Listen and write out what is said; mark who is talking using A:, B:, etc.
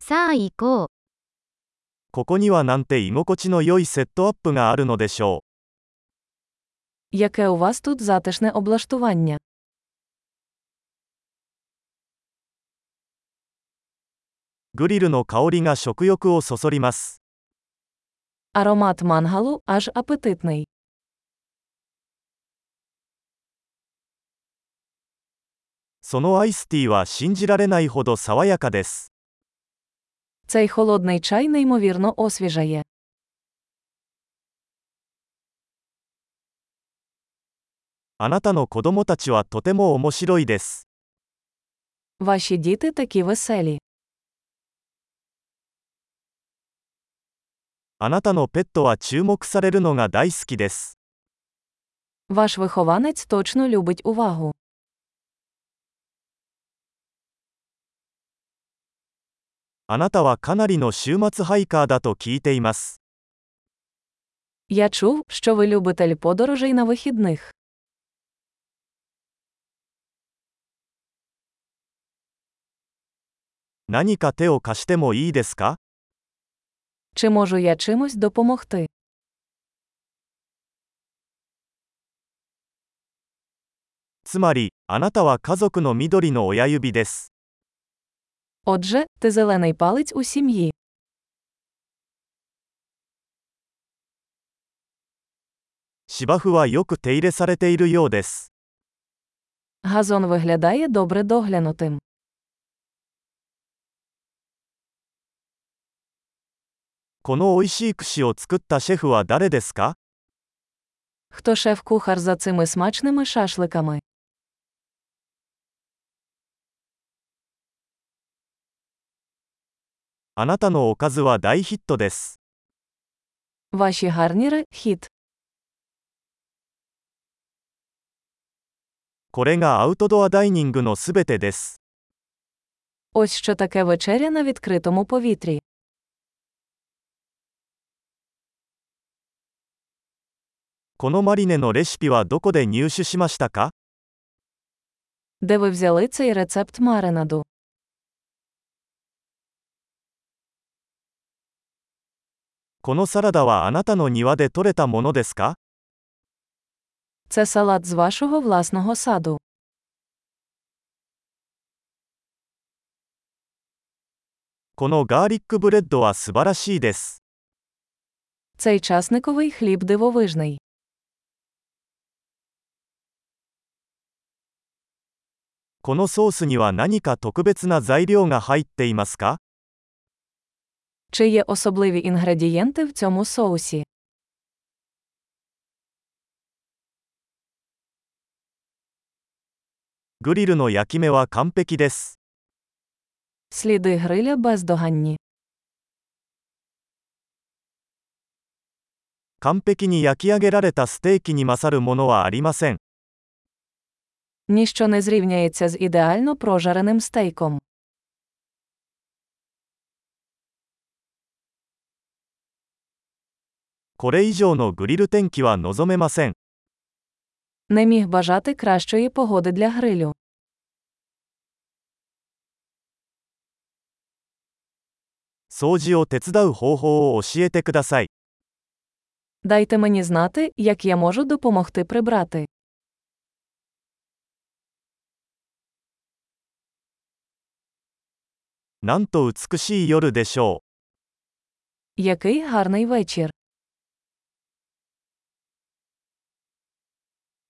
A: さあ行こう。
B: ここにはなんて居心地の良いセットアップがあるのでしょ
C: Яке у вас тут затишне облаштування?
B: う。グリルの香りが食欲をそそります。
C: Аромат мангалу аж апетитний.
B: そのアイスティーは信じられないほど爽やかです。
C: Цей холодний чай неймовірно освіжає.
B: あなたの子供たちはとても面白いです。
C: Ваші діти такі веселі.
B: あなたのペットは注目されるのが大好きです。
C: Ваш вихованець точно любить увагу.
B: あなたはかなりの週末ハイカーだと聞いています。
C: Я чув, що ви любитель подорожей на вихідних.
B: 何か手を貸してもいいですか
C: Чи можу я чимось допомогти?
B: つまり、あなたは家族の緑の親指です。
C: Отже, ти зелений палець у сім'ї.
B: 芝生はよく手入れされているようです。
C: Газон виглядає добре доглянутим.
B: この美味しい串を作ったシェフは誰ですか
C: Хто шеф-кухар за цими смачними шашликами?
B: あなたのおかずは大ヒットです。
C: Ваші гарніри хіт.
B: これがアウトドアダイニングのすべてです。
C: Ось що таке вечеря на відкритому повітрі.
B: «このマリネのレシピはどこで入手しましたか
C: Де ви взяли цей рецепт маринаду?
B: このサラダはあなたの庭で採れたものですか
C: Це салат з вашого власного саду.
B: このガーリックブレッドは素晴らしいです。
C: Цей часниковий хліб дивовижний.
B: このソースには何か特別な材料が入っていますか
C: Чи є особливі інгредієнти в цьому соусі?
B: グリルの焼き目は完璧です。
C: Сліди гриля бездоганні.
B: 完璧に焼き上げられたステーキに勝るものはありません。
C: Ніщо не зрівняється з ідеально прожареним стейком.
B: 「これ以上のグリル天気は望めません」
C: Не міг бажати кращої погоди для грилю.
B: 「掃除を手伝う方法を教えてください」
C: Дайте мені знати, як я можу допомогти прибрати.
B: 「なんと美しい夜でしょう」
C: Який гарний вечір.